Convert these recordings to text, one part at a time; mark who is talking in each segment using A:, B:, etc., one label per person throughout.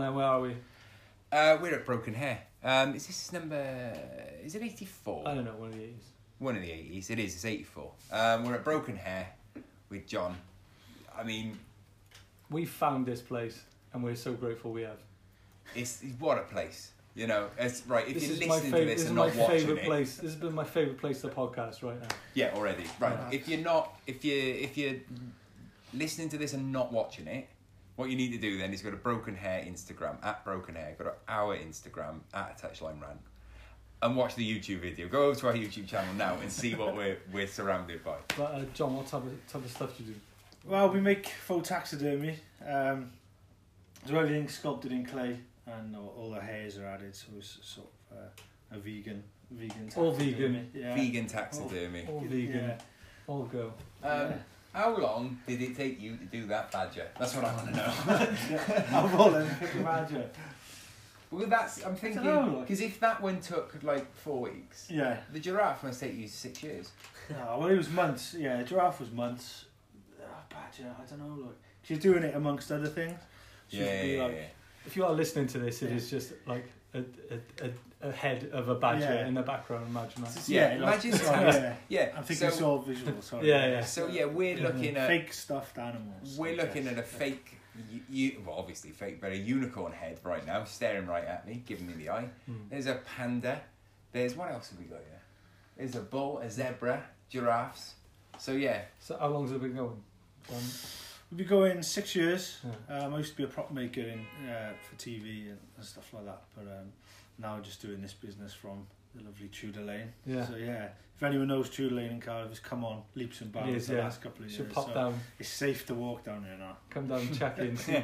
A: man, where are we?
B: Uh, we're at Broken Hair. Um, is this number? Is it eighty four?
A: I don't know, one of these.
B: One of the eighties. It is. It's eighty four. Um, we're at Broken Hair with John. I mean,
A: We found this place and we're so grateful we have.
B: it's what a place. You know, it's right. If
A: This
B: you're
A: is my
B: listening to
A: favorite.
B: this
A: This is
B: and
A: my
B: not watching
A: favorite
B: it,
A: place. This has been my favorite place to podcast right now.
B: yeah, already right.
A: Yeah.
B: If you're not, if you if you're listening to this and not watching it, what you need to do then is go to Broken Hair Instagram at Broken Hair. Go to our Instagram at a Touchline Rant and watch the YouTube video. Go over to our YouTube channel now and see what we're we're surrounded by.
A: But uh, John, what type of type of stuff do you do?
C: Well, we make faux taxidermy. Um, so everything's sculpted in clay, and all, all the hairs are added. So it's sort of uh, a vegan, vegan.
A: All
C: taxidermy. Yeah. Oh.
B: Vegan taxidermy.
A: All vegan,
C: Yeah.
A: all go.
B: Um,
C: Yeah.
B: How long did it take you to do that badger? That's what I want to know.
C: How about them? Can you imagine?
B: Well, that's I'm
C: don't
B: thinking
C: know, like-
B: because if that one took like four weeks,
C: Yeah.
B: the giraffe must take you six years.
C: No, well, it was months. Yeah, giraffe was months. Oh, badger, I don't know. Like she's doing it amongst other things. She could be like,
A: If you are listening to this, it
C: Yeah.
A: is just like a, a, a, a head of a badger
C: Yeah.
A: in the background. Imagine that.
B: So, yeah,
C: like-
B: imagine-
C: yeah.
B: yeah.
C: I'm thinking
B: so,
C: it's all visual. Sorry.
A: Yeah, yeah.
B: so yeah, we're
A: Yeah.
B: looking at
C: Fake stuffed animals. I
B: we're looking
C: guess.
B: at a fake, you, you, well, obviously fake, but a unicorn head right now, staring right at me, giving me the eye.
A: Mm.
B: There's a panda. There's what else have we got here? There's a bull, a zebra, giraffes. So yeah,
A: So how long's it been going? One,
C: We've been going six years.
A: yeah.
C: Um, I used to be a prop maker in, uh, for TV and, and stuff like that, but um, now just doing this business from the lovely Tudor Lane.
A: Yeah.
C: So yeah, if anyone knows Tudor Lane in Cardiff, it's come on leaps and bounds
A: is,
C: the
A: yeah.
C: last couple of
A: Should
C: years.
A: pop
C: so
A: down,
C: It's safe to walk down there now.
A: come down, and check in, see,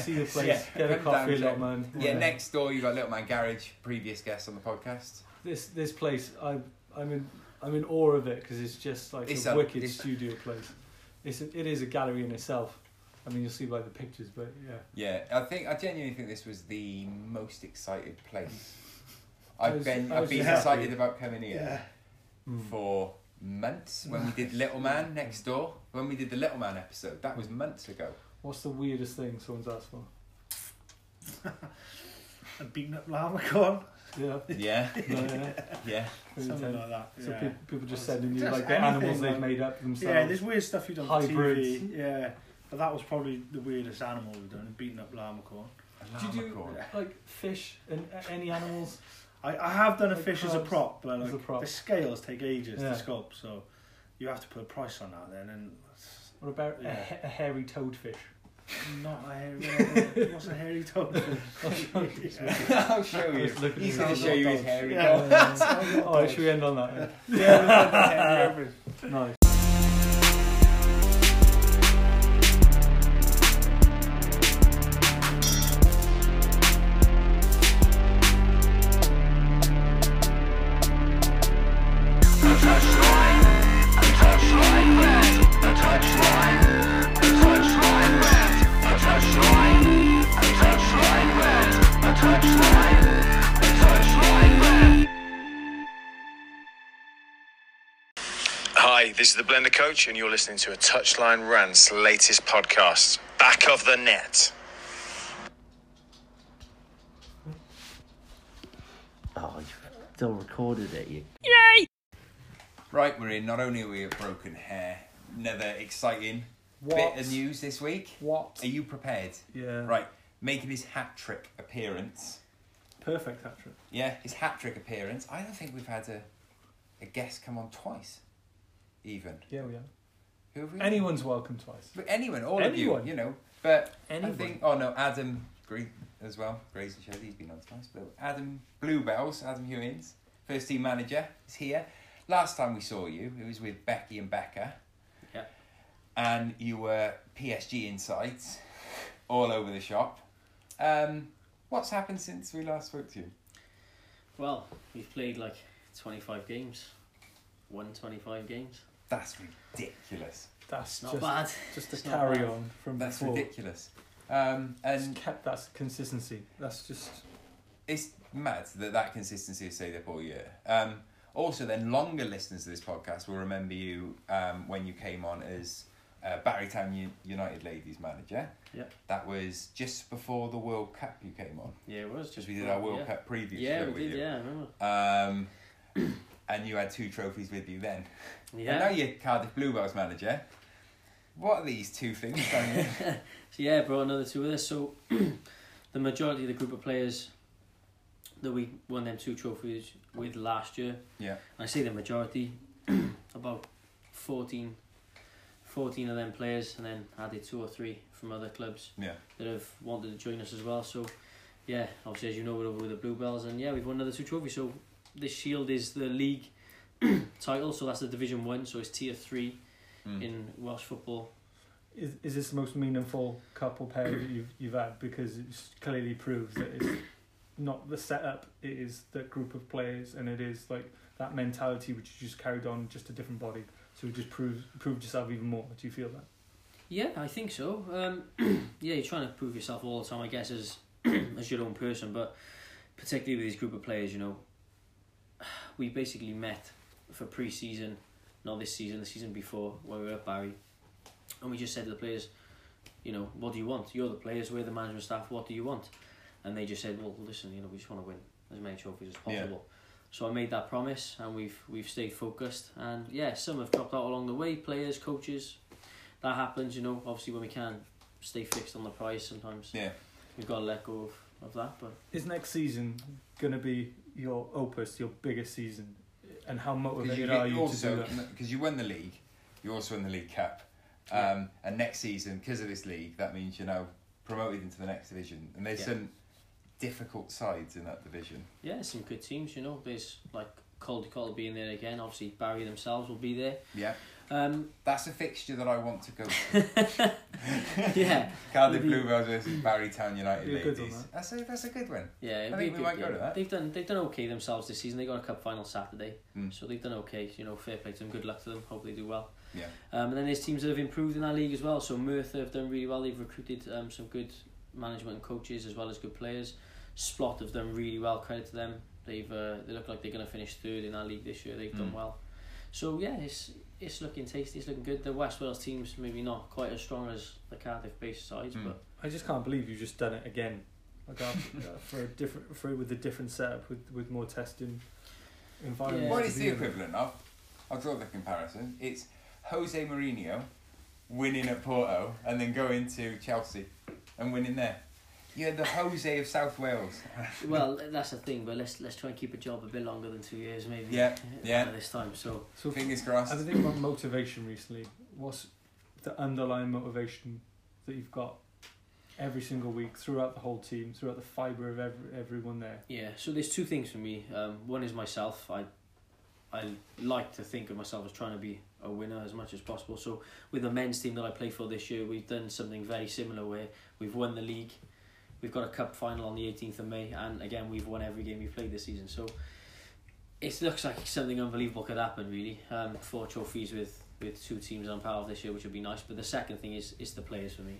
A: see the place,
B: Yeah,
A: get a
B: come down,
A: coffee, little
B: check-
A: man.
B: yeah. Next door, you got Little Man Garage, previous guest on the podcast.
A: This this place, I I'm in I'm in awe of it because it's just like
B: It's
A: a,
B: a-
A: wicked
B: it's-
A: studio place. It's a, it is a gallery in itself. I mean, you'll see by the pictures, but yeah.
B: Yeah, I think I genuinely think this was the most excited place.
A: I
B: I've
A: was-
B: been
A: I
B: I've
A: was
B: been
C: just happy.
B: excited about coming here
A: Mm.
C: Hmm.
B: for months when we did Little Man next door. When we did the Little Man episode, that was months ago.
A: What's the weirdest thing someone's asked for?
C: A beaten up llama corn,
A: Yeah.
B: Yeah,
A: No, yeah.
B: yeah,
A: Pretty
C: something
A: intense.
C: like that.
A: So
C: yeah.
A: people, people just
C: Just-
A: sending you
C: just
A: like the animals
C: anything,
A: they've
C: like-
A: made up themselves.
C: yeah, there's weird stuff you don't
A: Hybrids.
C: TV. Yeah, but that was probably the weirdest animal we've done. a Beaten up llama corn.
A: do you do
B: Llamacorn.
A: like fish and a- any animals?
C: I, I have done a
A: Like
C: fish as a
A: crabs,
C: prop, but
A: as
C: like
A: a prop.
C: the scales take ages
A: Yeah.
C: to sculpt, so you have to put a price on that then. And it's
A: What about a,
C: Yeah.
A: ha- a hairy toadfish?
C: not a hairy, what's a hairy toadfish? yeah.
B: I'll show you.
A: Just looking at
B: He's going
A: it.
B: to show you his hairy
C: Yeah.
B: dog.
A: Uh, all right, should we end on that?
B: Yeah, hairy dog.
A: Nice.
D: Hi, this is the Blender Coach, and you're listening to a Touchline Rants latest podcast, Back of the Net.
E: Oh, you still recorded it, you
B: Right, we're in. Not only are we at Broken Hair, another exciting
A: What?
B: bit of news this week.
A: What?
B: Are you prepared?
A: Yeah.
B: Right, making his hat trick appearance.
A: Perfect, actually.
B: Yeah, his hat trick appearance. I don't think we've had a, a guest come on twice, even.
A: Yeah, we are.
B: Who have we?
A: Anyone's welcome twice.
B: But anyone, all of
A: Anyone.
B: you, you know. But I
A: Anyone.
B: think, oh no, Adam Green as well. Grayson Shed, he's been on twice. But Adam Bluebells, Adam Hewins, first team manager, is here. Last time we saw you, it was with Becky and Becca.
F: Yeah.
B: And you were PSG Insights all over the shop. Um, what's happened since we last spoke to you?
F: Well, we've played like 25 games. Won 25 games.
B: That's ridiculous.
A: That's
F: It's not
A: just
F: bad.
A: just a
F: It's not
A: carry
F: bad.
A: on from
B: That's
A: before.
B: ridiculous. Um,
A: Just
B: and
A: kept that consistency. That's just
B: it's mad that that consistency is stayed up all year. Um, also, then longer listeners to this podcast will remember you um, when you came on as uh, Barrytown U- United ladies manager.
F: Yep.
B: That was just before the World Cup you came on.
F: Yeah, it was
B: Because
F: just
B: we did our
F: before-
B: World
F: yeah.
B: Cup preview.
F: Yeah,
B: didn't
F: we did. Yeah, I remember.
B: Um, and you had two trophies with you then. And now
F: Yeah.
B: you're Cardiff Bluebells manager. What are these two things? Daniel?
F: So yeah, brought another two with us. So the majority of the group of players that we won them two trophies with last year.
B: Yeah.
F: I say the majority, about 14, 14 of them players, and then added two or three from other clubs.
B: yeah.
F: that have wanted to join us as well. So, yeah, obviously, as you know, we're over with the Bluebells, and yeah, we've won another two trophies. So, this Shield is the league title, so that's the Division One, so it's tier three
B: Mm.
F: in Welsh football.
A: Is, is this the most meaningful couple pair that you've, you've had? Because it clearly proves that it's not the setup, it is that group of players, and it is like that mentality which you just carried on, just a different body. So it just proves proved yourself even more. Do you feel that?
F: Yeah, I think so. Um, yeah, you're trying to prove yourself all the time, I guess, as as your own person, but particularly with these group of players, you know, we basically met for pre-season, not this season, the season before, when we were at Barry, and we just said to the players, you know, what do you want? You're the players, we're the management staff. What do you want? And they just said, well, listen, you know, we just want to win as many trophies as
B: Yeah.
F: possible. So I made that promise, and we've we've stayed focused. And yeah, some have dropped out along the way, players, coaches. That happens, you know. Obviously, when we can stay fixed on the prize, sometimes
B: Yeah.
F: we've got to let go of, of that. But
A: Is next season going to be your opus, your biggest season? And how
B: Because you,
A: motivated are
B: get-
A: you to do
B: also
A: that?
B: because you won the league, you also won the league cup, um,
F: Yeah.
B: and next season because of this league, that means you're now promoted into the next division, and there's
F: Yeah.
B: some difficult sides in that division.
F: yeah, some good teams, you know. There's like Caldecott will be in there again. Obviously, Barry themselves will be there.
B: Yeah,
F: Um,
B: that's a fixture that I want to go. to.
F: yeah,
B: Cardiff
F: Maybe-
B: Bluebells versus Barrytown United
A: You're good on
B: ladies.
A: that.
B: That's a that's a good one.
F: yeah. it'd
B: I
F: be
B: think
F: a
B: we
F: good
B: might go
F: game.
B: to that.
F: They've done they've done okay themselves this season. They got a cup final Saturday,
B: Mm.
F: so they've done okay. You know, fair play to them. Good luck to them. Hope they do well.
B: Yeah.
F: Um, and then there's teams that have improved in our league as well. So Merthyr have done really well. They've recruited um, some good management and coaches as well as good players. Splot have done really well. Credit to them. They've uh, they look like they're going to finish third in our league this year. They've done
B: Mm.
F: well. So yeah, it's it's looking tasty. It's looking good. The West Wales teams maybe not quite as strong as the Cardiff based sides,
B: Mm.
F: but
A: I just can't believe you've just done it again, like after, uh, for a different for with a different setup with with more testing environment.
F: Yeah.
B: What
A: to
B: is
A: be
B: the
A: in.
B: equivalent of? I'll draw the comparison. It's Jose Mourinho winning at Porto and then going to Chelsea and winning there. You're the Jose of South Wales.
F: well that's the thing. But let's let's try and keep a job a bit longer than two years maybe.
B: Yeah, yeah.
F: By this time, so
A: So I've
B: Fingers crossed.
A: been thinking about motivation recently. What's the underlying motivation that you've got every single week throughout the whole team, throughout the fibre of every, everyone there?
F: Yeah, so there's two things for me. Um, one is myself. I I like to think of myself as trying to be a winner as much as possible. So with the men's team that I play for this year, we've done something very similar where we've won the league. We've got a cup final on the 18th of May and again we've won every game we've played this season. So it looks like something unbelievable could happen really. Um, four trophies with with two teams on par of this year which would be nice. But the second thing is is the players for me.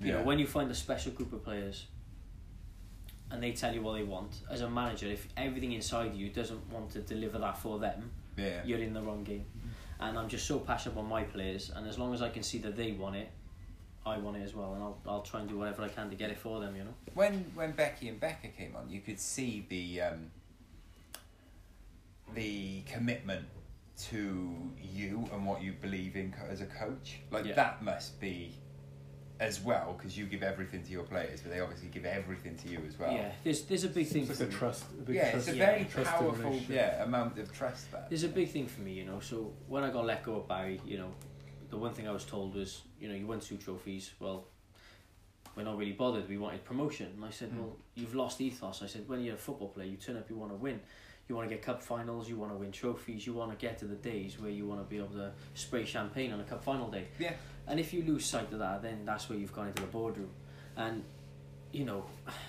F: You know, when you find a special group of players and they tell you what they want, as a manager, if everything inside you doesn't want to deliver that for them,
B: yeah.
F: you're in the wrong game. And I'm just so passionate about my players, and as long as I can see that they want it, I want it as well, and I'll, I'll try and do whatever I can to get it for them, you know?
B: when when Becky and Becca came on, you could see the um, the commitment to you and what you believe in co- as a coach. Like
F: Yeah.
B: that must be as well because you give everything to your players, but they obviously give everything to you as well.
F: Yeah, there's, there's a big thing
A: It's like
F: for
A: a
F: me.
A: trust. A big
B: Yeah,
A: trust,
B: it's a
F: yeah.
B: very
A: trusted
B: powerful
A: relationship.
B: yeah amount of trust that.
F: There's a big thing for me, you know. So when I got let go of Barry, you know, the one thing I was told was, you know, you won two trophies. Well, we're not really bothered. We wanted promotion. And I said, well, you've lost ethos. I said, when you're a football player, you turn up, you want to win. You want to get cup finals. You want to win trophies. You want to get to the days where you want to be able to spray champagne on a cup final day.
B: Yeah.
F: And if you lose sight of that, then that's where you've gone into the boardroom. And, you know,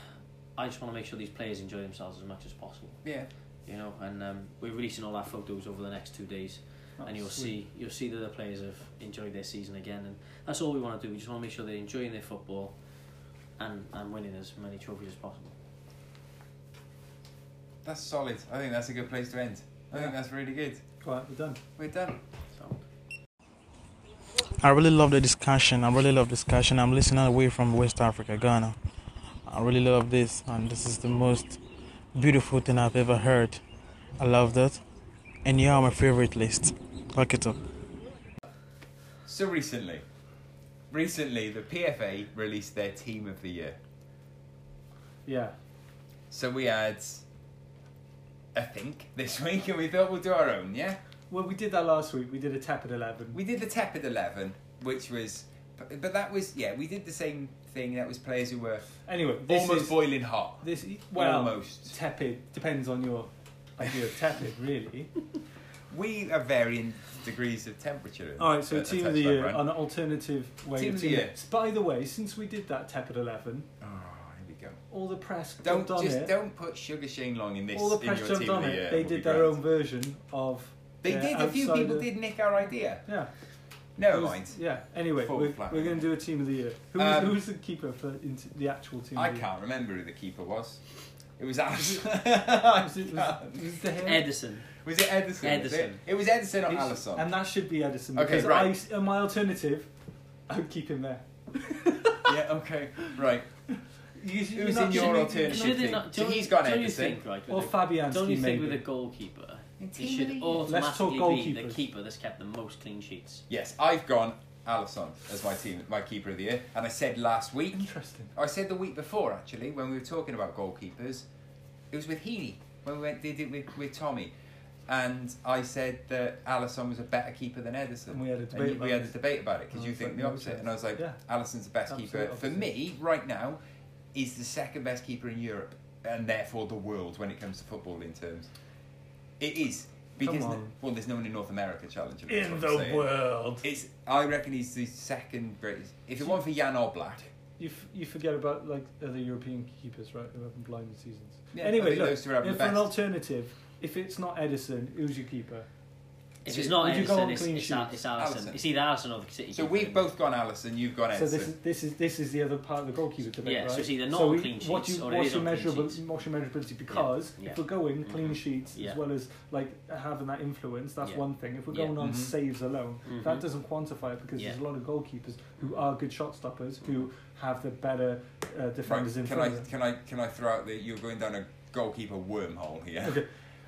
F: I just want to make sure these players enjoy themselves as much as possible
B: Yeah,
F: you know and um, we're releasing all our photos over the next two days
B: Oh,
F: and you'll see you'll see that the players have enjoyed their season again and that's all we want to do we just want to make sure they're enjoying their football and, and winning as many trophies as possible
B: that's solid. I think that's a good place to end. I think
A: Yeah.
B: that's really good.
A: Right, we're done.
B: We're done.
F: so
G: I really love the discussion. I really love discussion. I'm listening away from West Africa, Ghana. I really love this, and this is the most beautiful thing I've ever heard. I love that, and you're on my favorite list. Lock it up.
B: So recently, recently the PFA released their team of the year.
A: Yeah.
B: So we had, I think, this week, and we thought we'll do our own. Yeah,
A: Well, we did that last week. We did a tepid eleven.
B: we did the tepid eleven, which was, but but that was yeah, we did the same thing. That was players who were
A: anyway, this
B: almost
A: is,
B: boiling hot.
A: this well
B: almost.
A: tepid depends on your idea of tepid, really.
B: We are varying degrees of temperature. in-
A: All right, so
B: at-
A: team
B: at
A: of the
B: Touchline
A: year, um,
B: Brand.
A: an alternative way
B: Team
A: of
B: of the
A: doing
B: year.
A: it. By the way, since we did that tepid eleven,
B: Oh, here we go.
A: all the press
B: Don't
A: dumped on
B: just
A: it.
B: don't put Sugar Shane Long in this.
A: all the
B: in
A: press
B: your
A: jumped
B: team of
A: on
B: the
A: it.
B: year.
A: they
B: would be
A: did their
B: great.
A: own version of.
B: They
A: their
B: did. A few people
A: outsider-
B: did nick our idea.
A: Yeah.
B: Never
A: It was-
B: mind.
A: Yeah. Anyway,
B: Full
A: we're,
B: flat.
A: we're going to do a team of the year. Who was,
B: Um,
A: who was the keeper for into the actual team?
B: I
A: of the
B: can't remember who the keeper was. It was Allison. I
A: Year? Was it,
B: can't.
A: was, was the hair?
F: Edison.
B: Was it Edison? Was
F: Edison.
B: It, it was Edison or
A: It's-
B: Allison.
A: And that should be Edison.
B: Okay,
A: Because
B: right.
A: I, uh, my alternative, I would keep him there.
B: yeah, okay. Right.
A: You,
B: Who's in your alternative
F: Should they
B: team?
F: not-
B: So
F: don't-
B: he's got
F: don't you
B: Edison.
F: think, right,
A: Or
F: with the-
A: Fabianski,
F: Don't you think
A: maybe.
F: with a goalkeeper,
B: Team
F: it
B: of the
F: should
B: year.
A: Let's talk
F: automatically be the
A: goalkeepers.
F: keeper that's kept the most clean sheets?
B: Yes, I've gone Allison as my team, my keeper of the year, and I said last week.
A: Interesting.
B: I said the week before actually when we were talking about goalkeepers. It was with Heaney when we went, did it with, with Tommy, and I said that Allison was a better keeper than Edison.
A: And we had a
B: And
A: debate
B: you, we
A: about
B: had a
A: it.
B: debate about it because
A: And I
B: you
A: was
B: think
A: like,
B: the
A: no
B: opposite,
A: chance.
B: and I was like,
A: Yeah.
B: Allison's the best
A: Absolute
B: keeper for
A: opposite.
B: me right now. Is the second best keeper in Europe and therefore the world when it comes to football in terms. It is because
A: Come
B: n-
A: on.
B: well, there's no one in North America challenging. him, is
A: In
B: what I'm
A: the
B: saying.
A: world.
B: It's I reckon he's the second greatest. If it weren't for Jan Oblak,
A: You, f- you forget about like other European keepers, right? Who haven't blinded seasons.
B: Yeah, I
A: anyway,
B: think
A: look,
B: those two are having
A: if
B: the
A: for an
B: best.
A: alternative, if it's not Edison, who's your keeper?
F: If
B: So
F: it's not
A: would you go
F: Edison,
A: on
F: it's,
A: clean
F: it's, Al-
A: sheets?
F: it's Allison.
B: Allison.
F: It's either Allison or the City.
B: so
F: keeper,
B: we've
F: isn't it?
B: both gone Allison. You've gone
A: So
B: Edison.
A: this is this is this is the other part of the goalkeeper debate,
F: Yeah,
A: right?
F: so it's either not
A: we-
F: clean
A: what
F: sheets
A: you,
F: or it
A: what's
F: is
A: your
F: on clean
A: measurable,
F: sheets.
A: what's your measurability? Because
F: yeah. Mm-hmm.
A: if we're going clean sheets
F: Yeah.
A: as well as like having that influence, that's
F: Yeah.
A: one thing. If we're
F: Yeah.
A: going on
B: Mhm.
A: saves alone,
F: Mhm.
A: that doesn't quantify it because
F: Yeah.
A: there's a lot of goalkeepers who are good shot stoppers who have the better uh,
B: right,
A: defenders in
B: can I
A: front of them.
B: can I can I throw out that you're going down a goalkeeper wormhole here?
A: Okay.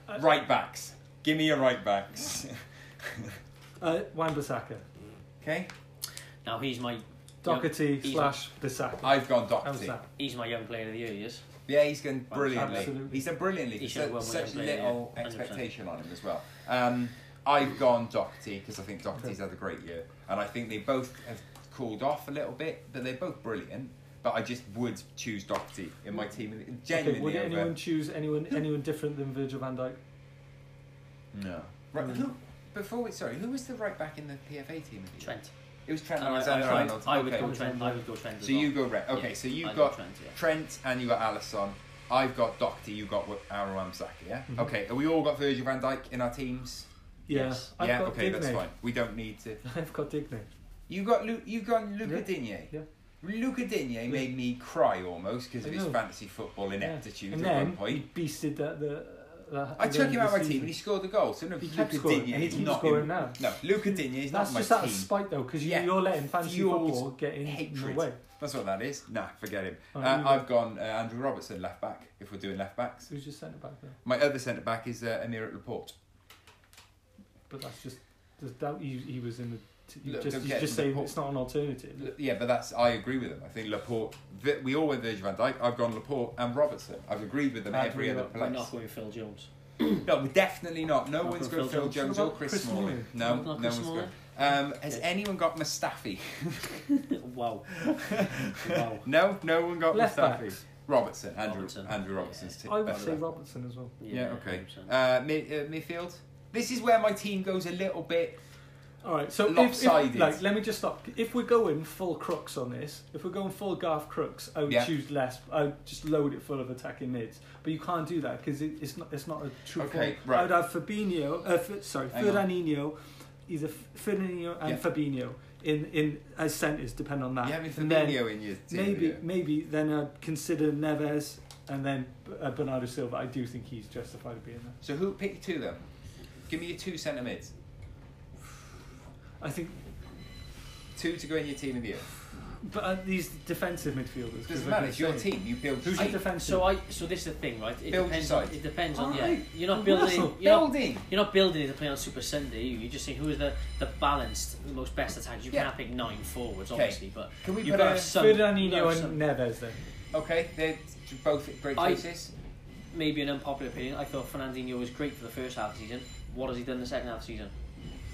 A: Uh,
B: right backs. Give me your right backs.
A: Uh, Wan-Bissaka,
B: okay,
F: Now he's my
A: Doherty
F: he's-
A: slash Bissaka.
B: I've gone
A: How's
B: Doherty.
A: that?
F: he's my young player of the year. He is.
B: Yeah, he's done
F: Well,
B: brilliantly.
A: absolutely.
B: He's done brilliantly.
F: He
B: There's
F: should have won
B: such such
F: Williams Player,
B: little
F: yeah, 100%.
B: expectation on him as well. Um, I've gone Doherty because I think Doherty's had a great year, and I think they both have cooled off a little bit, but they're both brilliant. But I just would choose Doherty in my team.
A: Mm. Okay,
B: Genuinely,
A: would
B: over-
A: anyone choose anyone anyone different than Virgil van Dijk?
B: no. Right,
A: Mm.
B: who, before we sorry, who was the right back in the PFA team? of the year?
F: Trent.
B: It was Trent
F: And Uh, Oh, I-
B: Alexander
F: I,
B: Arnold.
F: I would
B: okay.
F: go Trent. I would go Trent. as
B: So
F: well.
B: you go red. Okay,
F: Yeah,
B: so you've
F: I'd go
B: got
F: Trent, yeah.
B: Trent and you got Allison. I've got Doherty, you got Aaron Ramsaka, yeah?
A: Mm-hmm.
B: Okay, have we all got Virgil van Dijk in our teams?
A: Yeah,
F: Yes.
A: I've
B: yeah,
A: got
B: okay,
A: Digne.
B: that's fine. We don't need to.
A: I've got Digne.
B: You got Lu- you got Luca
A: Yeah,
B: Digne.
A: yeah.
B: Luca Digne made me cry almost because of
A: I
B: his
A: know.
B: fantasy football ineptitude
A: and
B: at
A: then
B: one point.
A: He beasted that the. the
B: I
A: the
B: took
A: end
B: him
A: of
B: out of my
A: the
B: team and he
A: season.
B: scored the goal. So no,
A: He kept
B: Luca
A: scoring,
B: Digne
A: and he
B: is
A: keeps
B: not
A: scoring
B: in,
A: now.
B: No, Luca Digne
A: Mm.
B: is
A: That's
B: not
A: just
B: in my
A: out of
B: team.
A: spite though, because you,
B: Yeah.
A: you're letting fantasy
B: Fueled
A: football get in
B: hatred.
A: the way.
B: That's what that is. Nah, forget him.
A: Oh,
B: uh,
A: you
B: I've gone uh, Andrew Robertson left back. If we're doing left backs,
A: Who's just centre back there?
B: my other centre back is uh, Amir at Laporte.
A: But that's just there's doubt he, he was in the. T- you
B: Look,
A: just
B: don't
A: you
B: get
A: just
B: the
A: saying
B: Paul-
A: it's not an alternative.
B: L- Yeah, but that's I agree with them. I think Laporte. Vi- We all went Virgil van Dijk. I've gone Laporte and Robertson. I've agreed with them
A: I'd agree
B: every other
A: with-
F: We're
B: place.
F: not going Phil Jones.
B: No, we're definitely not. No
F: Not
B: one's
F: for
B: going
F: Phil
B: Phil Jones
F: Jones.
A: What
B: or
A: about
B: Chris,
A: Chris
B: Smalling.
A: Smalling?
B: No,
F: Not
B: no
F: Chris
B: one's
F: Smalling.
B: going. Um, has anyone got Mustafi?
F: wow. wow.
B: no, no one got
A: Left
B: Mustafi.
A: backs.
B: Robertson, Andrew,
F: Robertson.
B: Andrew Robertson's team.
A: I would say Robertson as well.
B: Yeah, okay.
F: 100%.
B: Uh, mid, uh, midfield. This is where my team goes a little bit.
A: All right, so if, if,
B: Lopsided.
A: like, let me just stop. If we're going full crooks on this, if we're going full Garth crooks, I would
B: Yeah.
A: choose less. I would just load it full of attacking mids. But you can't do that because it, it's not it's not a true. form.
B: Okay, right.
A: I would have Fabinho. Uh, F- sorry,
B: Hang on.
A: Fernandinho, either F- Fernandinho and
B: Yeah.
A: Fabinho in in as centres, depend on that.
B: You having
A: Ah, And then
B: Fabinho in your team?
A: Maybe
B: yeah?
A: maybe then I'd consider Neves and then uh, Bernardo Silva. I do think he's justified in being there.
B: So who pick your two then? Give me your two centre mids.
A: I think
B: two to go in your team of the year.
A: But are these defensive midfielders? 'Cause
B: Doesn't
A: like
B: matter.
A: you're
B: It's your
A: saying,
B: team. You build.
A: Who's
B: your
A: your
B: team.
A: defensive?
F: So I so this is the thing, right? It
B: Build
F: depends.
B: your
F: On,
B: side.
F: it depends on yeah.
A: Alright,
F: You're not
A: I'm
F: building.
A: Russell.
F: You're not,
B: Building.
F: you're not building to play on Super Sunday. You you're just saying who is the the balanced, the most best attack. You
B: Yeah.
F: cannot pick nine forwards,
B: 'Kay.
F: obviously, but
B: Can we
F: you've
B: put
F: got to
B: a-
F: have some. you've got to
A: Fernandinho
F: have
A: and
F: some-
A: Neves then.
B: Okay, they're both great
F: I-
B: choices.
F: maybe an unpopular opinion. I thought Fernandinho was great for the first half of the season. What has he done in the second half of the season?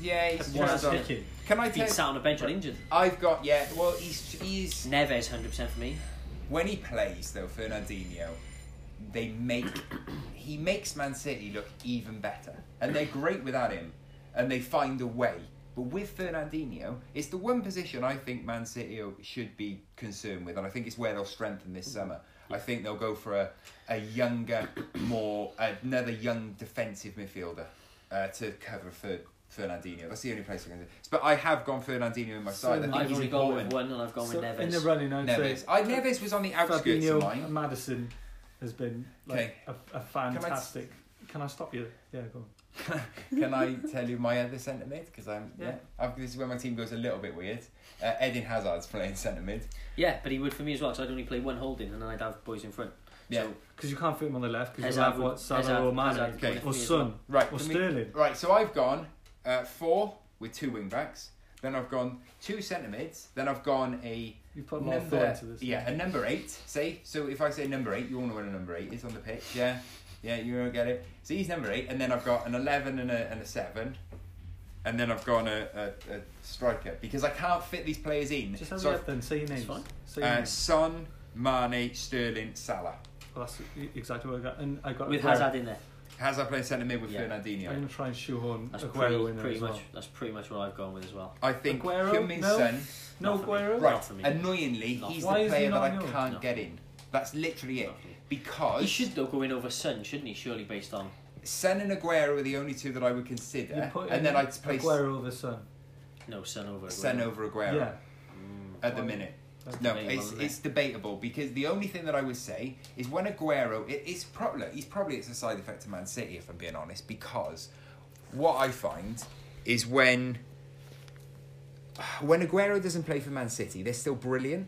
B: yeah, he's
F: One
A: Just
F: has
B: just-
F: to-
A: picking.
B: Can I
F: If He
B: tell?
F: sat on a bench on injured.
B: I've got yeah. Well, he's he's
F: Neves, hundred percent for me.
B: when he plays though, Fernandinho, they make he makes Man City look even better, and they're great without him, and they find a way. But with Fernandinho, it's the one position I think Man City should be concerned with, and I think it's where they'll strengthen this summer. I think they'll go for a, a younger, more another young defensive midfielder uh, to cover for Fernandinho. That's the only place I can. But I have gone Fernandinho in my side. I think
F: I've
B: he's
F: only gone with
B: important.
F: one, and I've gone
A: So
F: with Neves.
A: in the running, I'd
B: Neves.
A: say
B: I Neves was on the outskirts of
A: Fabinho
B: mine.
A: and Madison has been like a, a fantastic. Can I, stop you? Yeah, go on.
B: Can I tell you my other centre mid? Because I'm yeah.
A: Yeah.
B: I've, this is where my team goes a little bit weird. Uh, Edin Hazard's playing centre mid.
F: Yeah, but he would for me as well. So I'd only play one holding, and then I'd have boys in front.
B: Yeah.
F: So
A: Because you can't fit him on the left because you
F: Hazard
A: have
F: would-
A: what Salah
F: Hazard-
A: or Mane
F: Hazard
B: Okay.
F: would
A: or
F: for me as
A: Sun
B: Right.
A: or
B: can we-
A: Sterling.
B: right. So I've gone uh, four with two wing backs. Then I've gone two centre mids. Then I've gone a
A: You put more thought
B: number
A: into this.
B: yeah a number eight. Say so if I say number eight, you all know what a number eight is on the pitch. Yeah. Yeah, you don't get it. So he's number eight, and then I've got an eleven and a and a seven, and then I've gone a, a, a striker because I can't fit these players in.
A: Just have
B: so
A: it
B: I've
A: up then. Say your names.
F: fine.
A: Say your
B: Uh,
A: names.
B: Son, Mane, Sterling, Salah.
A: Well, that's e- exactly what I got. And I got
F: well. With
A: Aguero.
F: Hazard in there,
B: Hazard playing centre mid with
F: Yeah.
A: I'm
B: Fernandinho.
A: gonna try and shoehorn
F: that's
A: Aguero
F: pretty,
A: in there
F: pretty
A: as
F: much.
A: well.
F: That's pretty much what I've gone with as well.
B: I think
A: Aguero?
B: Heung-Min
A: No.
B: Son.
A: No
F: Not for me.
A: Aguero.
F: Not
B: Right,
F: for me.
B: annoyingly,
F: Not
B: he's
A: for me. Why
B: the
A: is he
B: player that
A: not
B: I
A: on yours?
B: can't
F: No.
B: get in. That's literally it.
F: Not for me. He
B: Because
F: should though go in over Sun, shouldn't he? Surely based on
B: Son and Aguero are the only two that I would
A: You
B: consider,
A: put in
B: and then I'd place
A: Aguero over Son.
F: no Sun over. Aguero.
B: Son over Aguero
A: Yeah.
B: at the minute.
A: That's
B: No,
F: debatable,
B: it's
F: isn't it?
B: it's debatable because the only thing that I would say is when Aguero, it, it's probably he's probably it's a side effect to Man City if I'm being honest because what I find is when when Aguero doesn't play for Man City, they're still brilliant.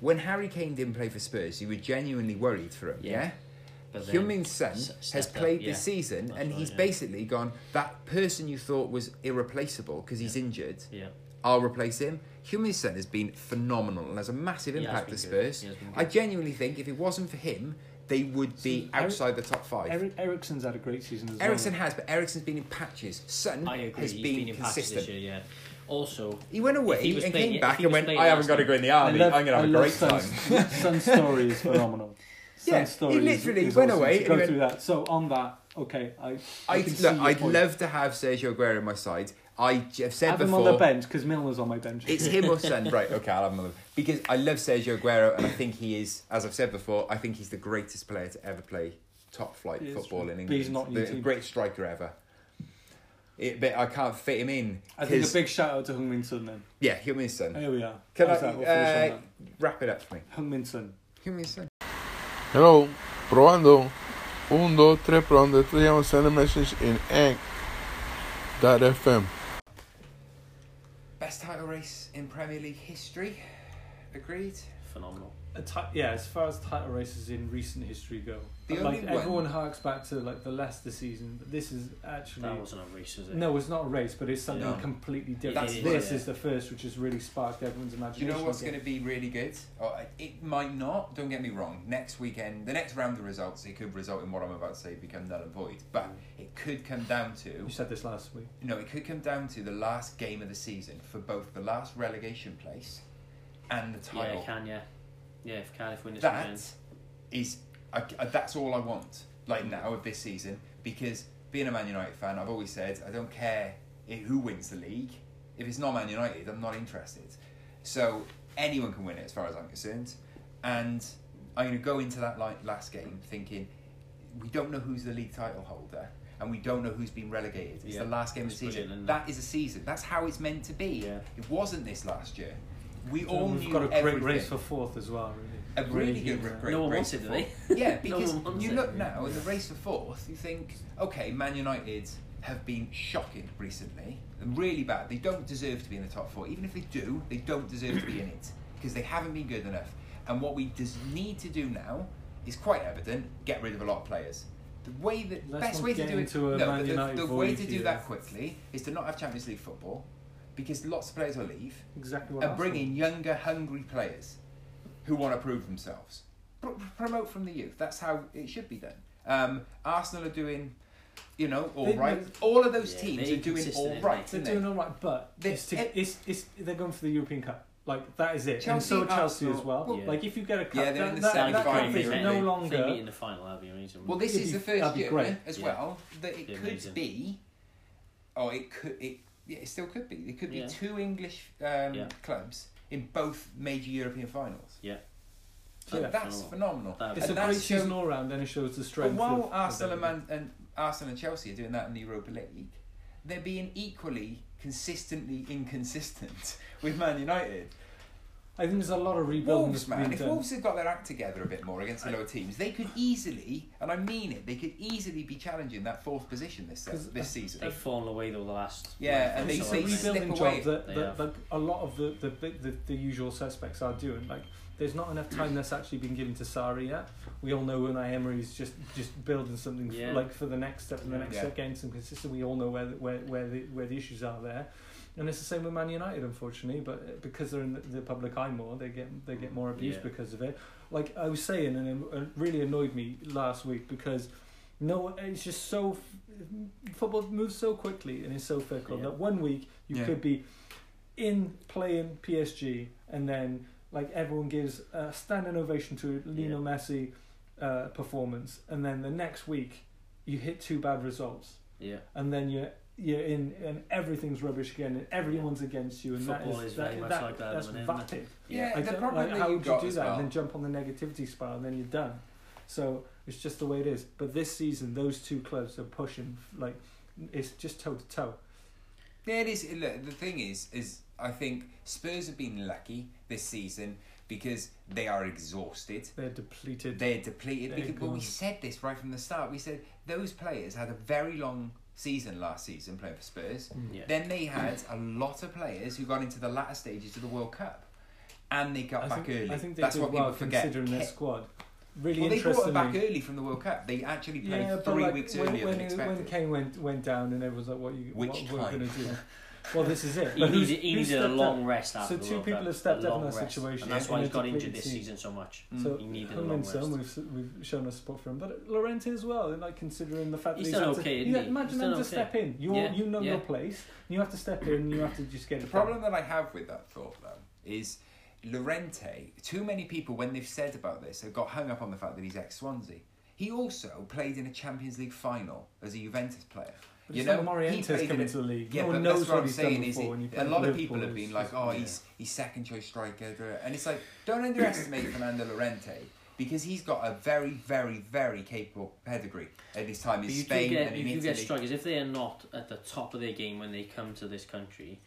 B: When Harry Kane didn't play for Spurs, you were genuinely worried for him. Yeah.
F: Yeah. But then
B: Human Sen
F: s-
B: has
F: stepped up,
B: played
F: yeah.
B: this season,
F: That's
B: and
F: right,
B: he's
F: yeah.
B: basically gone. That person you thought was irreplaceable because he's injured,
F: Yeah.
B: I'll replace him. Humason has been phenomenal and has a massive
F: He has
B: impact to
F: been good.
B: Spurs.
F: He has been
B: I genuinely think if it wasn't for him, they would be
A: See, Eri-
B: outside the top five. Ericsson
A: Eric Ericsson's had a great season as
B: has, but Ericsson's been in patches. Son
F: I agree.
B: has
F: He's
B: been,
F: been, in patches
B: consistent.
F: this year. Yeah. Also,
B: He went away
F: If he was
B: and
F: playing-
B: came
F: if
B: back
F: he
B: and
F: was
B: went,
F: playing
B: I haven't
F: last
B: got to go in the army. I'm going to have
A: I
B: a
A: love
B: great time.
A: Sun's, Sun's story is phenomenal.
B: Yeah,
A: Sun's
B: he
A: story is-
B: literally
A: is
B: went
A: awesome. To
B: away and
A: go
B: he went-
A: through that. So on that, okay, I, I,
B: I'd,
A: can see
B: look,
A: your
B: I'd
A: point.
B: love to have Sergio Aguero on my side. I j- have said
A: have him
B: before.
A: on the bench because Milner's on my bench.
B: It's him or Son, right? Okay, I'll have him on the because I love Sergio Aguero, and I think he is, as I've said before, I think he's the greatest player to ever play top flight
A: He is
B: football
A: true.
B: in England.
A: But he's not in your
B: the
A: team.
B: great striker ever. It, but I can't fit him in.
A: I think a
B: 'cause-
A: big shout out to Hung Min Sun then.
B: yeah, Human Son.
A: Here we are.
B: Can I
A: How's that? We'll finish
B: uh,
A: on
B: wrap it up for me?
A: that. Hung Min Sun.
B: Human Son.
H: Hello, Um, probando. Un, dos, tres, probando. Today I'm gonna send a message in anch.fm.
B: Best title race in Premier League history. Agreed.
F: phenomenal.
A: A ti- yeah, as far as title races in recent history go,
B: The
A: like
B: only one-
A: everyone harks back to like the Leicester season, but this is actually
F: That wasn't a race, was it?
A: no, it's not a race, but it's something
B: No.
A: completely different.
B: That's
A: this
F: it.
A: is the first, which has really sparked everyone's
B: Do you
A: imagination.
B: know what's
A: again.
B: going to be really good? Oh, it might not. Don't get me wrong. Next weekend, the next round of results, it could result in what I'm about to say become null and void. But it could come down to
A: You said this last week.
B: No, it could come down to the last game of the season for both the last relegation place and the
F: Yeah,
B: title.
F: it can yeah. Yeah, if Cardiff win this
B: that
F: weekend.
B: is, I, I- that's all I want. Like now of this season, because being a Man United fan, I've always said I don't care i- who wins the league. If it's not Man United, I'm not interested. So anyone can win it, as far as I'm concerned. And I'm going to go into that like last game thinking we don't know who's the league title holder. And we don't know who's been relegated. It's
F: Yeah,
B: the last game of the
F: that's
B: season.
F: brilliant, isn't it?
B: That is a season. That's how it's meant to be.
F: Yeah.
B: It wasn't this last year. We
A: Oh,
B: all
A: We've
B: knew
A: got a great
B: everything.
A: race for fourth as well.
B: a
A: Really, uh,
B: really good
A: huge
B: ra-
A: round.
B: great
F: No one
B: race
F: wants it,
B: for
F: do
B: fourth. Yeah,
F: No
B: because
F: one wants
B: you
F: it.
B: look now in the race for fourth, you think, okay, Man United have been shocking recently, really bad. They don't deserve to be in the top four. Even if they do, they don't deserve to be in it because they haven't been good enough. And what we just need to do now is quite evident: get rid of a lot of players. The way that
A: Let's
B: best
A: not
B: way to
A: get
B: do it,
A: into a Man
B: no, but
A: United
B: the, the way
A: void
B: to do
A: here.
B: that quickly is to not have Champions League football because lots of players will leave
A: Exactly what
B: and
A: I
B: bring
A: said.
B: in younger, hungry players who want to prove themselves. Pr- promote from the youth. That's how it should be done. Um, Arsenal are doing, you know, all
A: They-
B: right. All of those
F: Yeah,
B: teams are
F: they're
B: doing
F: inconsistent,
B: all
F: aren't
B: right.
A: They're
B: aren't
A: doing all right, but
B: They-
A: it's, to,
B: it-
A: it's, it's, they're going for the European Cup. Like that is it. and
B: Chelsea,
A: so are Chelsea
B: Arsenal.
A: as well.
B: Well,
F: Yeah.
A: Like if you get a cup,
B: Yeah, they're in
A: that,
B: the
A: that,
B: semi
A: that cup is
B: final, aren't
A: no
B: they?
F: If they meet
A: longer.
F: in the final, that'd be amazing.
B: Well, this
A: It'd
B: is
A: be-
B: the first
A: that'd be
B: year
A: great.
B: as
F: Yeah.
B: well that it
F: It'd be
B: could
F: amazing.
B: be. Oh, it could. It yeah, it still could be. There could be
F: Yeah.
B: two English um,
F: Yeah.
B: clubs in both major European finals.
F: Yeah.
B: And
A: Yeah.
B: that's phenomenal.
F: That'd be
A: It's a
B: and
A: great
B: that's shown
A: season all round, and it shows the
B: But
A: strength.
B: while
A: of,
B: Arsenal
A: of
B: and,
A: everything.
B: Man, and Arsenal and Chelsea are doing that in the Europa League, they're being equally consistently inconsistent with Man United.
A: I think there's a lot of rebuilding
B: Wolves,
A: that's
B: man,
A: been
B: if
A: done.
B: Wolves had got their act together a bit more against the lower teams, they could easily, and I mean it, they could easily be challenging that fourth position this se-
A: 'Cause, uh,
B: this season.
F: They've fallen away though the last.
B: Yeah, and
A: And
B: they-
A: it's
B: they
A: a
F: Sorry, mate.
B: slip
A: rebuilding
B: away.
A: job that,
F: They
A: that,
F: have.
A: that a lot of the the, big- the the usual suspects are doing. Like, there's not enough time that's actually been given to Sarri yet. We all know Unai Emery's just just building something f-
F: Yeah.
A: like for the next step and the next
B: Yeah.
A: step, getting some consistency. We all know where the, where where the where the issues are there, and it's the same with Man United, unfortunately. But uh, because they're in the, the public eye more, they get they get more abuse
F: Yeah.
A: because of it. Like I was saying, and it uh, really annoyed me last week because no, it's just so f- football moves so quickly and it's so fickle
F: Yeah.
A: that one week you
B: Yeah.
A: could be in playing PSG and then like everyone gives a standing ovation to Lionel Messi uh, performance, and then the next week you hit two bad results,
F: Yeah.
A: and then you're you're in and everything's rubbish again, and everyone's against you, and
F: Football
A: that is,
F: is very
A: that,
F: much
A: that-
F: like that at
A: That's
F: the minute, isn't
A: vapid.
B: yeah,
A: I
B: the
A: don't,
B: problem
A: like,
B: that
A: how
B: you've
A: would you
B: got
A: do
B: as
A: that
B: well.
A: and then jump on the negativity spiral and then you're done? So it's just the way it is. But this season, those two clubs are pushing like it's just toe to toe.
B: Yeah, it is. Look, the thing is, is I think Spurs have been lucky this season because they are exhausted.
A: They're depleted.
B: They're depleted.
A: They're
B: Because, well, we
A: gone.
B: said this right from the start. We said those players had a very long season last season playing for Spurs.
A: Mm.
F: Yeah.
B: Then they had a lot of players who got into the latter stages of the World Cup, and they got
A: I
B: back
A: think,
B: early.
A: I think they
B: That's
A: did
B: what
A: well
B: people forget.
A: considering their
B: Ke-
A: squad. Really
B: well, they brought
A: interestingly,
B: them back early from the World Cup. They actually played
A: yeah, but
B: three
A: like,
B: weeks
A: when,
B: earlier
A: when,
B: than
A: it-
B: expected.
A: when Kane went went down and everyone's like, "What you
B: Which
A: what we're
B: time?
A: gonna do?" well, this is it.
F: He
A: But who's-
F: needed, he
A: who
F: needed a
A: stepped up?
F: long rest after
A: So
F: the
A: two
F: World
A: people
F: Cup,
A: have stepped
F: a
A: up
F: long
A: in that
F: rest.
A: situation.
F: And that's
A: Yeah.
F: why
A: And
F: he
A: a
F: got injured
A: depleted
F: this
A: team.
F: season so much.
A: So
F: he needed a long
A: Hung-min
F: rest.
A: Son, we've, we've shown our support for him, but Lorente as well. And like considering the fact
F: He's
A: that he's
F: done
A: had to,
F: okay, isn't
A: you
F: he?
A: imagine
F: He's
A: them
F: done
A: to
F: okay.
A: step in. You are
F: Yeah,
A: you know
F: yeah.
A: your place. You have to step in. You have to just get
B: The
A: it
B: problem that I have with that thought, though, is Lorente. Too many people, when they've said about this, have got hung up on the fact that he's ex Swansea. He also played in a Champions League final as a Juventus player.
A: But it's like Morientes
B: played in
A: coming
B: a-
A: to the league.
B: Yeah,
A: No one
B: but
A: knows
B: that's what
A: what
B: I'm
A: he's done
B: saying. Is
A: before when you
B: it,
A: play
B: a lot
A: for
B: of people have
A: Liverpool,
B: been
A: it's
B: like,
A: just-
B: "Oh, he's he's second choice striker," blah, blah. and it's like, don't underestimate Fernando Lorente because he's got a very, very, very capable pedigree at his time in
F: But you
B: Spain
F: do get,
B: and
F: you
B: in
F: do
B: Italy.
F: get strikers if they are not at the top of their game when they come to this country,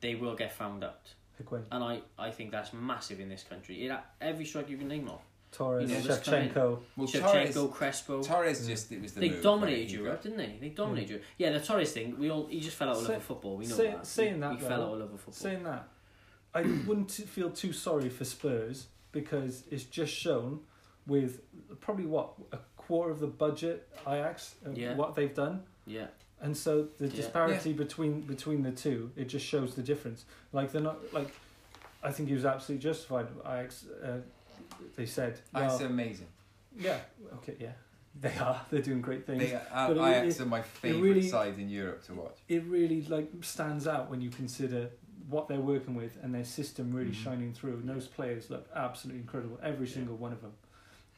F: they will get found out,
A: Higuain,
F: and I, I think that's massive in this country. It, every striker you can name off,
A: Torres,
F: You know, just come in.
A: Shevchenko.
B: well,
F: Shevchenko,
B: Torres,
F: Crespo,
B: Torres just it was the
F: they
B: move,
F: dominated
B: wasn't it?
F: Europe, didn't they? They dominated Europe. Yeah, the Torres thing, we all he just fell out of
A: Say-
F: love of football. We know
A: say-
F: that.
A: saying
F: he,
A: that,
F: he
A: though,
F: fell out of love of football.
A: Saying that, I wouldn't t- feel too sorry for Spurs because it's just shown with probably what a quarter of the budget Ajax uh,
F: Yeah.
A: what they've done.
F: yeah,
A: and so the
F: Yeah.
A: disparity between between the two it just shows the difference like they're not like i think he was absolutely justified Ajax, uh, they said
B: Ajax
A: well,
B: are amazing.
A: yeah okay yeah they are they're doing great things
B: They are,
A: But it
B: Ajax
A: really-
B: are my favourite
A: really-
B: side in Europe to watch.
A: it really like stands out when you consider what they're working with and their system really
B: Mhm.
A: shining through and those players look absolutely incredible every
F: Mm-hmm. Yeah.
A: single one of them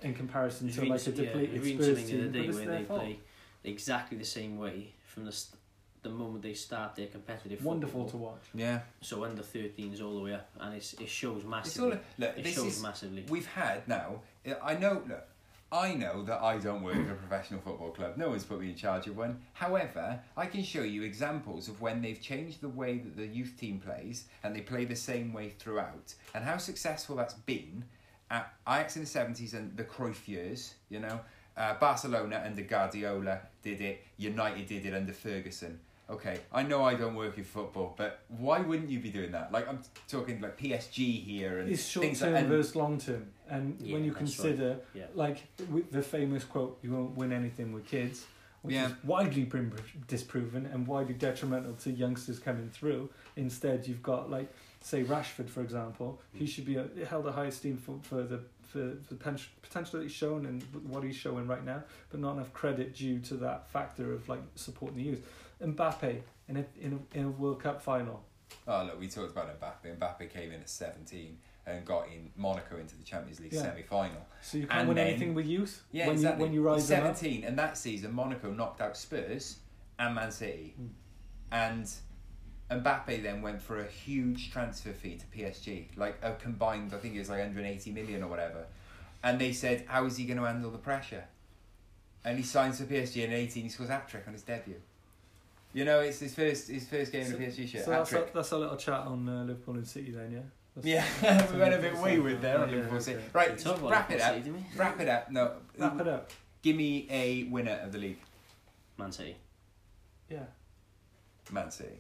A: in comparison
F: I've
A: to
F: read
A: like a
F: some- yeah, I've
A: depleted
F: read
A: Spurs
F: something
A: team
F: the
A: but
F: other
A: it's
F: day where
A: their
F: they
A: fault
F: play exactly the same way from the st- the moment they start their competitive.
A: wonderful
F: football.
A: to watch
B: Yeah.
F: So under 13s all the way up, and it's, it shows
B: It's all,
F: massively.
B: look,
F: It
B: this
F: shows
B: is,
F: massively.
B: we've had now, I know, look, I know that I don't work at a professional football club. No one's put me in charge of one. However, I can show you examples of when they've changed the way that the youth team plays and they play the same way throughout and how successful that's been at Ajax in the 70s and the Cruyff years, you know, Uh, Barcelona under Guardiola did it. United did it under Ferguson. Okay, I know I don't work in football, but why wouldn't you be doing that? Like I'm talking like PSG here and
A: It's short
B: things like
A: term
B: and-
A: versus long term, and
F: Yeah,
A: when you
F: that's right.
A: consider,
F: Yeah.
A: like with the famous quote, "You won't win anything with kids," which is
B: Yeah.
A: widely prim- disproven and widely detrimental to youngsters coming through. Instead, you've got like, say Rashford, for example,
B: Hmm.
A: he should be uh, held a high esteem for for the for the pen- potential that he's shown and what he's showing right now, but not enough credit due to that factor of like supporting the youth. Mbappe in a in a, in a World Cup final,
B: Oh, look, we talked about Mbappe. Mbappe came in at 17 and got in Monaco into the Champions League
A: Yeah.
B: semi final.
A: so you can't
B: And
A: win
B: then-
A: anything with youth
B: Yeah,
A: when
B: exactly.
A: you when you rise
B: He's
A: them up.
B: 17, and that season, Monaco knocked out Spurs and Man City.
A: Hmm.
B: And Mbappe then went for a huge transfer fee to PSG, like a combined, I think it was like 180 million or whatever. And they said, How is he going to handle the pressure? And he signs for PSG in 18, he scores hat trick on his debut. You know, it's his first his first game in a PSG shirt.
A: So
B: hat
A: that's
B: trick.
A: a, that's a little chat on uh, Liverpool and City then, yeah. That's-
B: Yeah, we went a bit
A: Yeah.
B: wayward there on
A: Yeah,
B: Liverpool
A: okay.
B: City. Right,
F: Talk about
B: wrap it
F: Liverpool
B: up.
F: City, didn't
B: Wrap it up. No,
A: Wrap it up.
B: give me a winner of the league.
F: Man City.
A: Yeah.
B: Man City.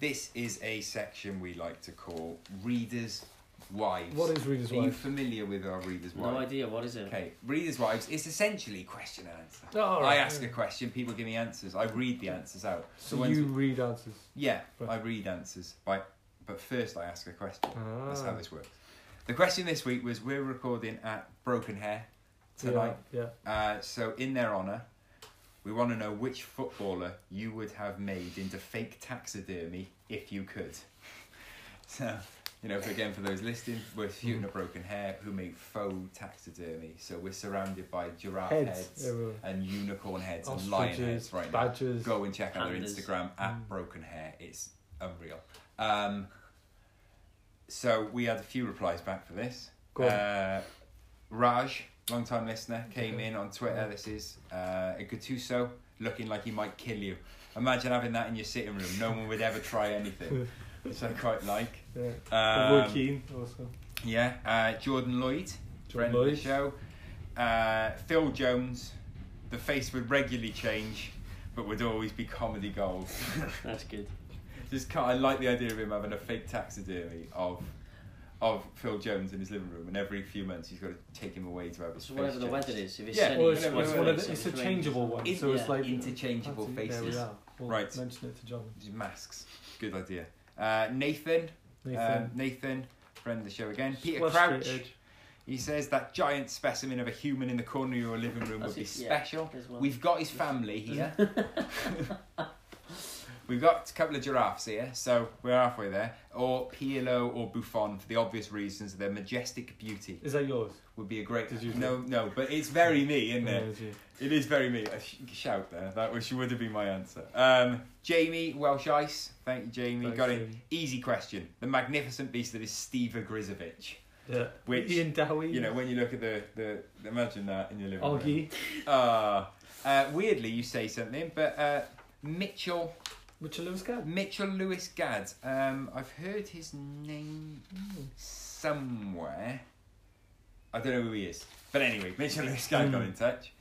B: This is a section we like to call Readers' Wives.
A: What is Reader's
B: Are you
A: Wife?
B: familiar with our Readers'
F: No
B: Wives?
F: idea. What is it?
B: Okay, Reader's Wives is essentially question and answer.
A: Oh, all right.
B: I ask a question, people give me answers. I read the answers out.
A: So
B: when
A: you read answers.
B: yeah,
A: Right.
B: I read answers. Right, but first I ask a question. That's
A: Ah.
B: how this works. The question this week was: We're recording at Broken Hair tonight,
A: Yeah. yeah.
B: uh, so in their honour, we want to know which footballer you would have made into fake taxidermy if you could. So, you know, again, for those listening, we're shooting a broken hair who make faux taxidermy. So we're surrounded by giraffe
A: Heads.
B: heads,
A: everywhere.
B: and unicorn heads and lion
A: Ostriches,
B: heads right now.
A: badgers.
B: Go and check out their
F: Pandas.
B: Instagram
A: Mm.
B: at Broken Hair. It's unreal. Um, so we had a few replies back for this.
A: Go on.
B: Uh, Raj, long time listener, came in on Twitter. This is uh, a Gattuso looking like he might kill you. Imagine having that in your sitting room. No one would ever try anything, which I quite like.
A: Yeah. Or Roy
B: Um,
A: Keane also.
B: yeah, uh, Jordan Lloyd,
A: Jordan
B: friend
A: Lloyd.
B: of the show. Uh, Phil Jones, the face would regularly change, but would always be comedy gold.
F: That's good.
B: Just can't, I like the idea of him having a fake taxidermy of of Phil Jones in his living room, and every few months he's got to take him away to have his
F: So
B: face
F: whatever the
B: changed.
F: weather is, if it's
B: Yeah,
F: sunny,
B: well,
A: Or it's,
B: it's-
F: it's,
A: it's,
B: it's
A: one of
B: it's
A: the, it's a
F: raining,
A: changeable one,
B: It's-
A: so it's
F: yeah,
A: like
B: interchangeable
A: That's it, There we
B: faces.
A: are. We'll
B: Right. Um,
A: Mention it to John.
B: Masks, good idea. Uh, Nathan,
A: Nathan.
B: Um, Nathan, friend of the show again. Peter
A: Frustrated.
B: Crouch. He says that giant specimen of a human in the corner of your living room
F: That's
B: would be
F: it, yeah,
B: special.
F: there's one.
B: We've got his family here. We've got a couple of giraffes here, so we're halfway there. Or Pielo or Buffon, for the obvious reasons of their majestic beauty,
A: Is that yours?
B: would be a great.
A: Did you do
B: no, no, but it's very me, isn't
A: Yeah,
B: it?
A: it's you.
B: It is very me. A sh- shout there. That was, would have been my answer. Um, Jamie Welsh Ice. Thank you, Jamie.
A: Thanks,
B: Got it.
A: Jamie.
B: Easy question. The magnificent beast that is Steve Grizovic.
A: Yeah.
B: Which,
A: Ian Dowie.
B: You know, when you look at the, the imagine that in your living room.
A: Augie.
B: Ah. uh, weirdly, you say something, but uh, Mitchell
A: Richard Lewis Gadd.
B: Mitchell Lewis Gadd. Um, I've heard his name somewhere. I don't know who he is, but anyway, Mitchell Lewis Gadd got in touch,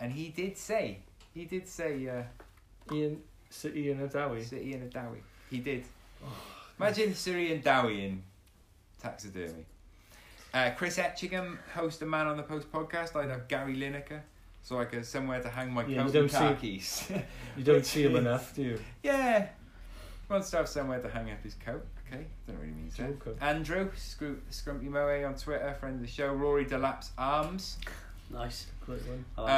B: and he did say he did say uh,
A: Ian City and Dowie.
B: City and a Dowie. He did. Imagine City and Dowie in taxidermy. Uh, Chris Etchingham, host of Man on the Post podcast. I'd have Gary Lineker, so I could somewhere to hang my
A: Yeah, you
B: coat
A: don't
B: and
A: see-
B: car keys.
A: You don't
B: Which
A: see him
B: is-
A: enough, do you?
B: Yeah. Wants to have somewhere to hang up his coat. Okay, don't really mean
A: Dual
B: that.
A: coat.
B: Andrew, Scru- Scrumpy Moe on Twitter, friend of the show. Rory Delap's arms.
F: Nice.
A: Great one.
F: I like, that.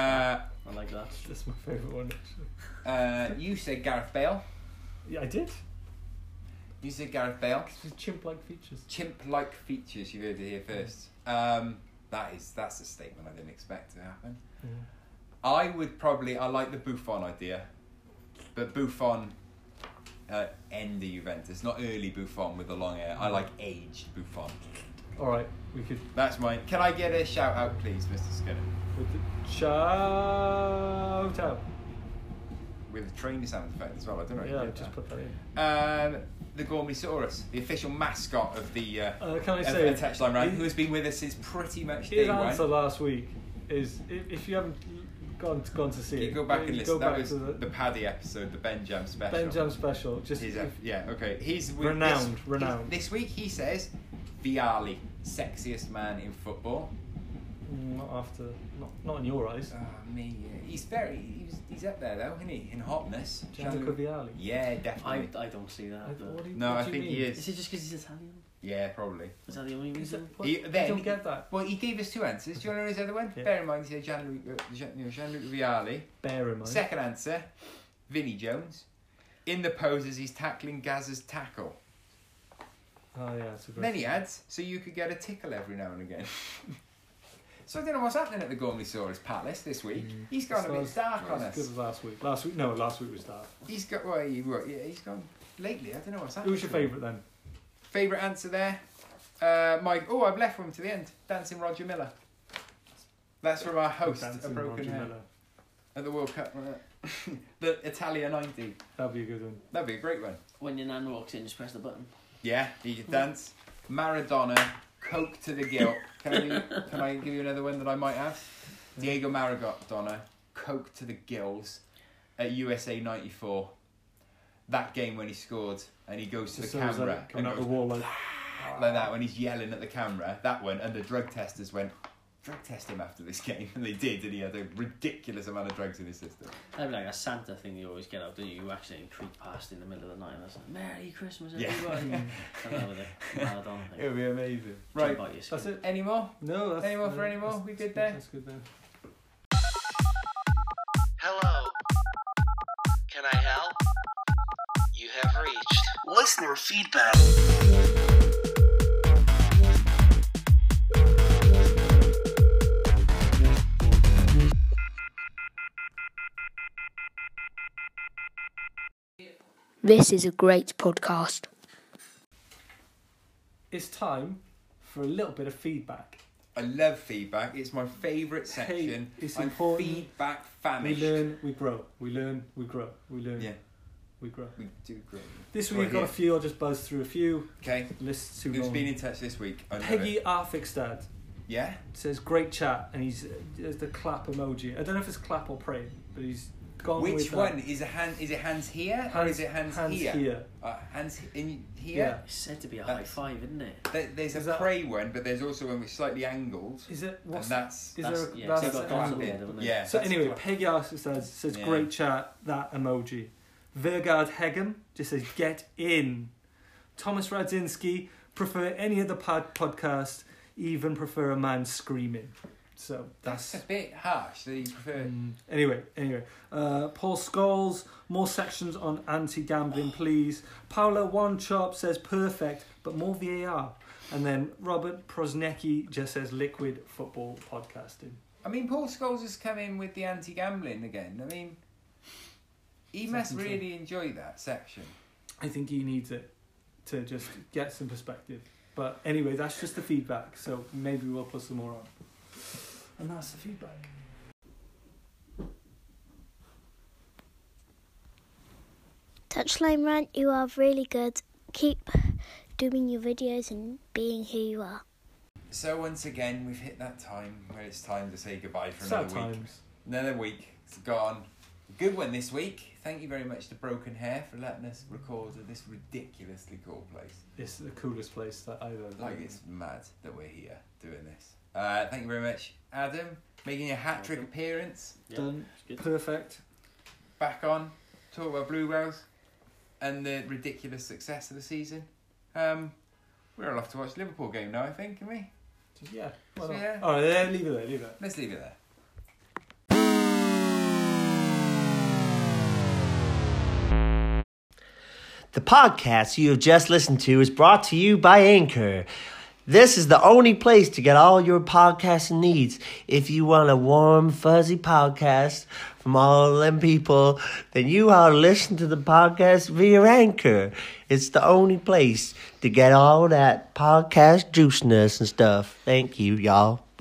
B: Uh,
F: I like that.
A: That's my favourite one, actually.
B: uh, you said Gareth Bale.
A: Yeah, I did.
B: You said Gareth Bale.
A: Just chimp-like features.
B: Chimp-like features. You heard it here first. Um, that is that's a statement I didn't expect to happen. I would probably I like the Buffon idea, but Buffon uh, end of Juventus, not early Buffon with the long hair.
F: Mm.
B: I like aged Buffon.
A: All right, we could
B: That's mine. Can I get a shout out, please, Mr. Skinner?
A: with the shout out.
B: With a train sound effect as well. I don't know. if you
A: Yeah,
B: did
A: just
B: that.
A: put that in.
B: Um, the Gormisaurus, the official mascot of the uh,
A: Uh, can I
B: of
A: say-
B: the touchline round,
A: He-
B: who has been with us since pretty much day
A: His
B: one.
A: answer last week is i- if you haven't gone gone to see
B: You
A: it,
B: go back
A: you
B: and
A: go
B: listen. That
A: back
B: was
A: to
B: the, Paddy episode, the Ben Jam special.
A: Ben Jam special. Just
B: He's a-
A: if-
B: yeah, okay. He's with
A: Renowned,
B: this,
A: renowned.
B: This week he says, "Viali, sexiest man in football."
A: not after, not not in your eyes.
B: Ah, me, yeah. He's very, he's, he's up there though, isn't he? In hotness.
A: Gianluca Vialli.
B: Yeah,
F: I,
B: definitely.
F: I don't see
A: I-
F: that.
A: what
F: But.
A: do you-
B: no,
A: what
B: I
A: do you
B: think
A: mean?
B: he
F: Is
B: is.
F: it just because he's Italian?
B: Yeah, probably.
F: Is that the only
A: Is
F: reason?
A: it- what-
B: He-
A: I
B: then-
A: don't get that.
B: Well, he gave us two answers. Do you want to know his other one?
A: Yeah.
B: Bear in mind, he said Gianluca, uh, Gian- Gianluca Vialli.
A: Bear in mind.
B: Second answer, Vinnie Jones. In the pose as he's tackling Gaza's tackle.
A: Oh yeah, it's a great.
B: Many ads, so you could get a tickle every now and again. so I don't know what's happening at the Gormleysaurus Palace this week. He's gone a bit
A: It's
B: dark on
A: It's good
B: us.
A: Mm. as last week. Last week, no, last week was that.
B: He's got, well, he, well, yeah, he's gone lately. I don't know what's happening.
A: Who's your favourite then?
B: Favourite answer there? Uh, Mike, oh, I've left one to the end. Dancing Roger Miller. That's from our host, A
A: Dancing
B: Broken
A: Roger
B: Hair.
A: Miller.
B: At the World Cup, wasn't it? the Italia 90.
A: That'd be a good one.
B: That'd be a great one.
F: When your nan walks in, just press the button.
B: Yeah, he could dance. Maradona, Coke to the gill. Can I, do, can I give you another one that I might have? Diego Maradona, Coke to the gills at USA 94. That game when he scored and he goes to the
A: Just so it's like
B: camera and
A: coming out the
B: goes
A: wall like
B: like that when he's yelling at the camera. That one, and the drug testers went, drug test him after this game. And they did, and he had a ridiculous amount of drugs in his system.
F: That'd be like a Santa thing you always get up, don't you? You accidentally creep past in the middle of the night and that's like, Merry Christmas,
B: Yeah.
F: everybody. Yeah. that with a Maradona
B: It
F: thing.
B: would be amazing.
F: Jump
B: Right,
F: out your skin.
A: That's it.
B: any more?
A: No, that's
B: Any more for
A: uh,
B: any more?
A: that's-
B: We good there?
A: That's good there.
I: Hello. Can I help? You have reached listener feedback.
J: This is a great podcast.
A: It's time for a little bit of feedback.
B: I love feedback. It's my favourite section.
A: it's
B: I'm
A: important.
B: feedback
A: We
B: famished.
A: learn, we grow. We learn, we grow. We learn,
B: Yeah,
A: we grow.
B: we do grow.
A: This week
B: Right
A: we've got
B: here.
A: a few. I'll just buzz through a few.
B: Okay,
A: Lists too
B: who's
A: long.
B: been in touch this week? I love
A: Peggy
B: it.
A: Arfikstad
B: Yeah,
A: says great chat, and he's there's the clap emoji. I don't know if it's clap or pray, but he's gone with
B: which
A: that.
B: one is it? Hand is it hands here or is it hands, here?
A: here.
B: Uh, hands he- in
A: Yeah.
B: here.
F: It's said to be a high
B: That's-
F: five, isn't it?
B: There, there's
A: Is
B: a
A: that-
B: prey one, but there's also one which is slightly angled,
A: Is it?
B: and
A: What's,
B: that's
A: is
F: That's-
A: there? A,
F: yeah,
A: that's
F: so
A: an
F: you've got clap
A: angle.
F: in. there, haven't
B: yeah.
A: So
B: that's
A: anyway,
B: clap.
A: Peggy Arfikstad says, says
B: Yeah.
A: great chat. That emoji. Vergard Hegem just says get in. Thomas Radzinski prefer any other pod- podcast, even prefer a man screaming. So
B: that's
A: that's
B: a bit harsh. That you prefer.
A: Mm. Anyway, anyway, uh, Paul Scholes, more sections on anti-gambling, please. Paolo One Chop says perfect, but more VAR. And then Robert Prosnecki just says liquid football podcasting.
B: I mean, Paul Scholes has come in with the anti-gambling again. I mean, he must
A: Second
B: really enjoy that section.
A: I think he needs it to just get some perspective. But anyway, that's just the feedback. So maybe we'll put some more on. And that's the feedback.
J: Touchline Rant, you are really good. Keep doing your videos and being who you are.
B: So once again, we've hit that time where it's time to say goodbye for another
A: Sad
B: week.
A: times.
B: Another week, it's gone. Good one this week. Thank you very much to Broken Hair for letting us record at this ridiculously cool place.
A: It's the coolest place that I've ever.
B: Like
A: been.
B: it's mad that we're here doing this. Uh, thank you very much, Adam, making your hat trick appearance.
F: Yeah.
A: done.
F: good.
A: Perfect.
B: Back on, talk about Blue Whales and the ridiculous success of the season. Um, we're all off to watch the Liverpool game now, I think, can we?
A: Just, yeah. Why
B: So,
A: not?
B: yeah.
A: All right, there, leave it there. Leave it.
B: Let's leave it there.
I: The podcast you have just listened to is brought to you by Anchor.
A: This is the only place to get all your podcasting needs. If you want a warm, fuzzy podcast from all them people, then you ought to listen to the podcast via Anchor. It's the only place to get all that podcast juiciness and stuff. Thank you, y'all.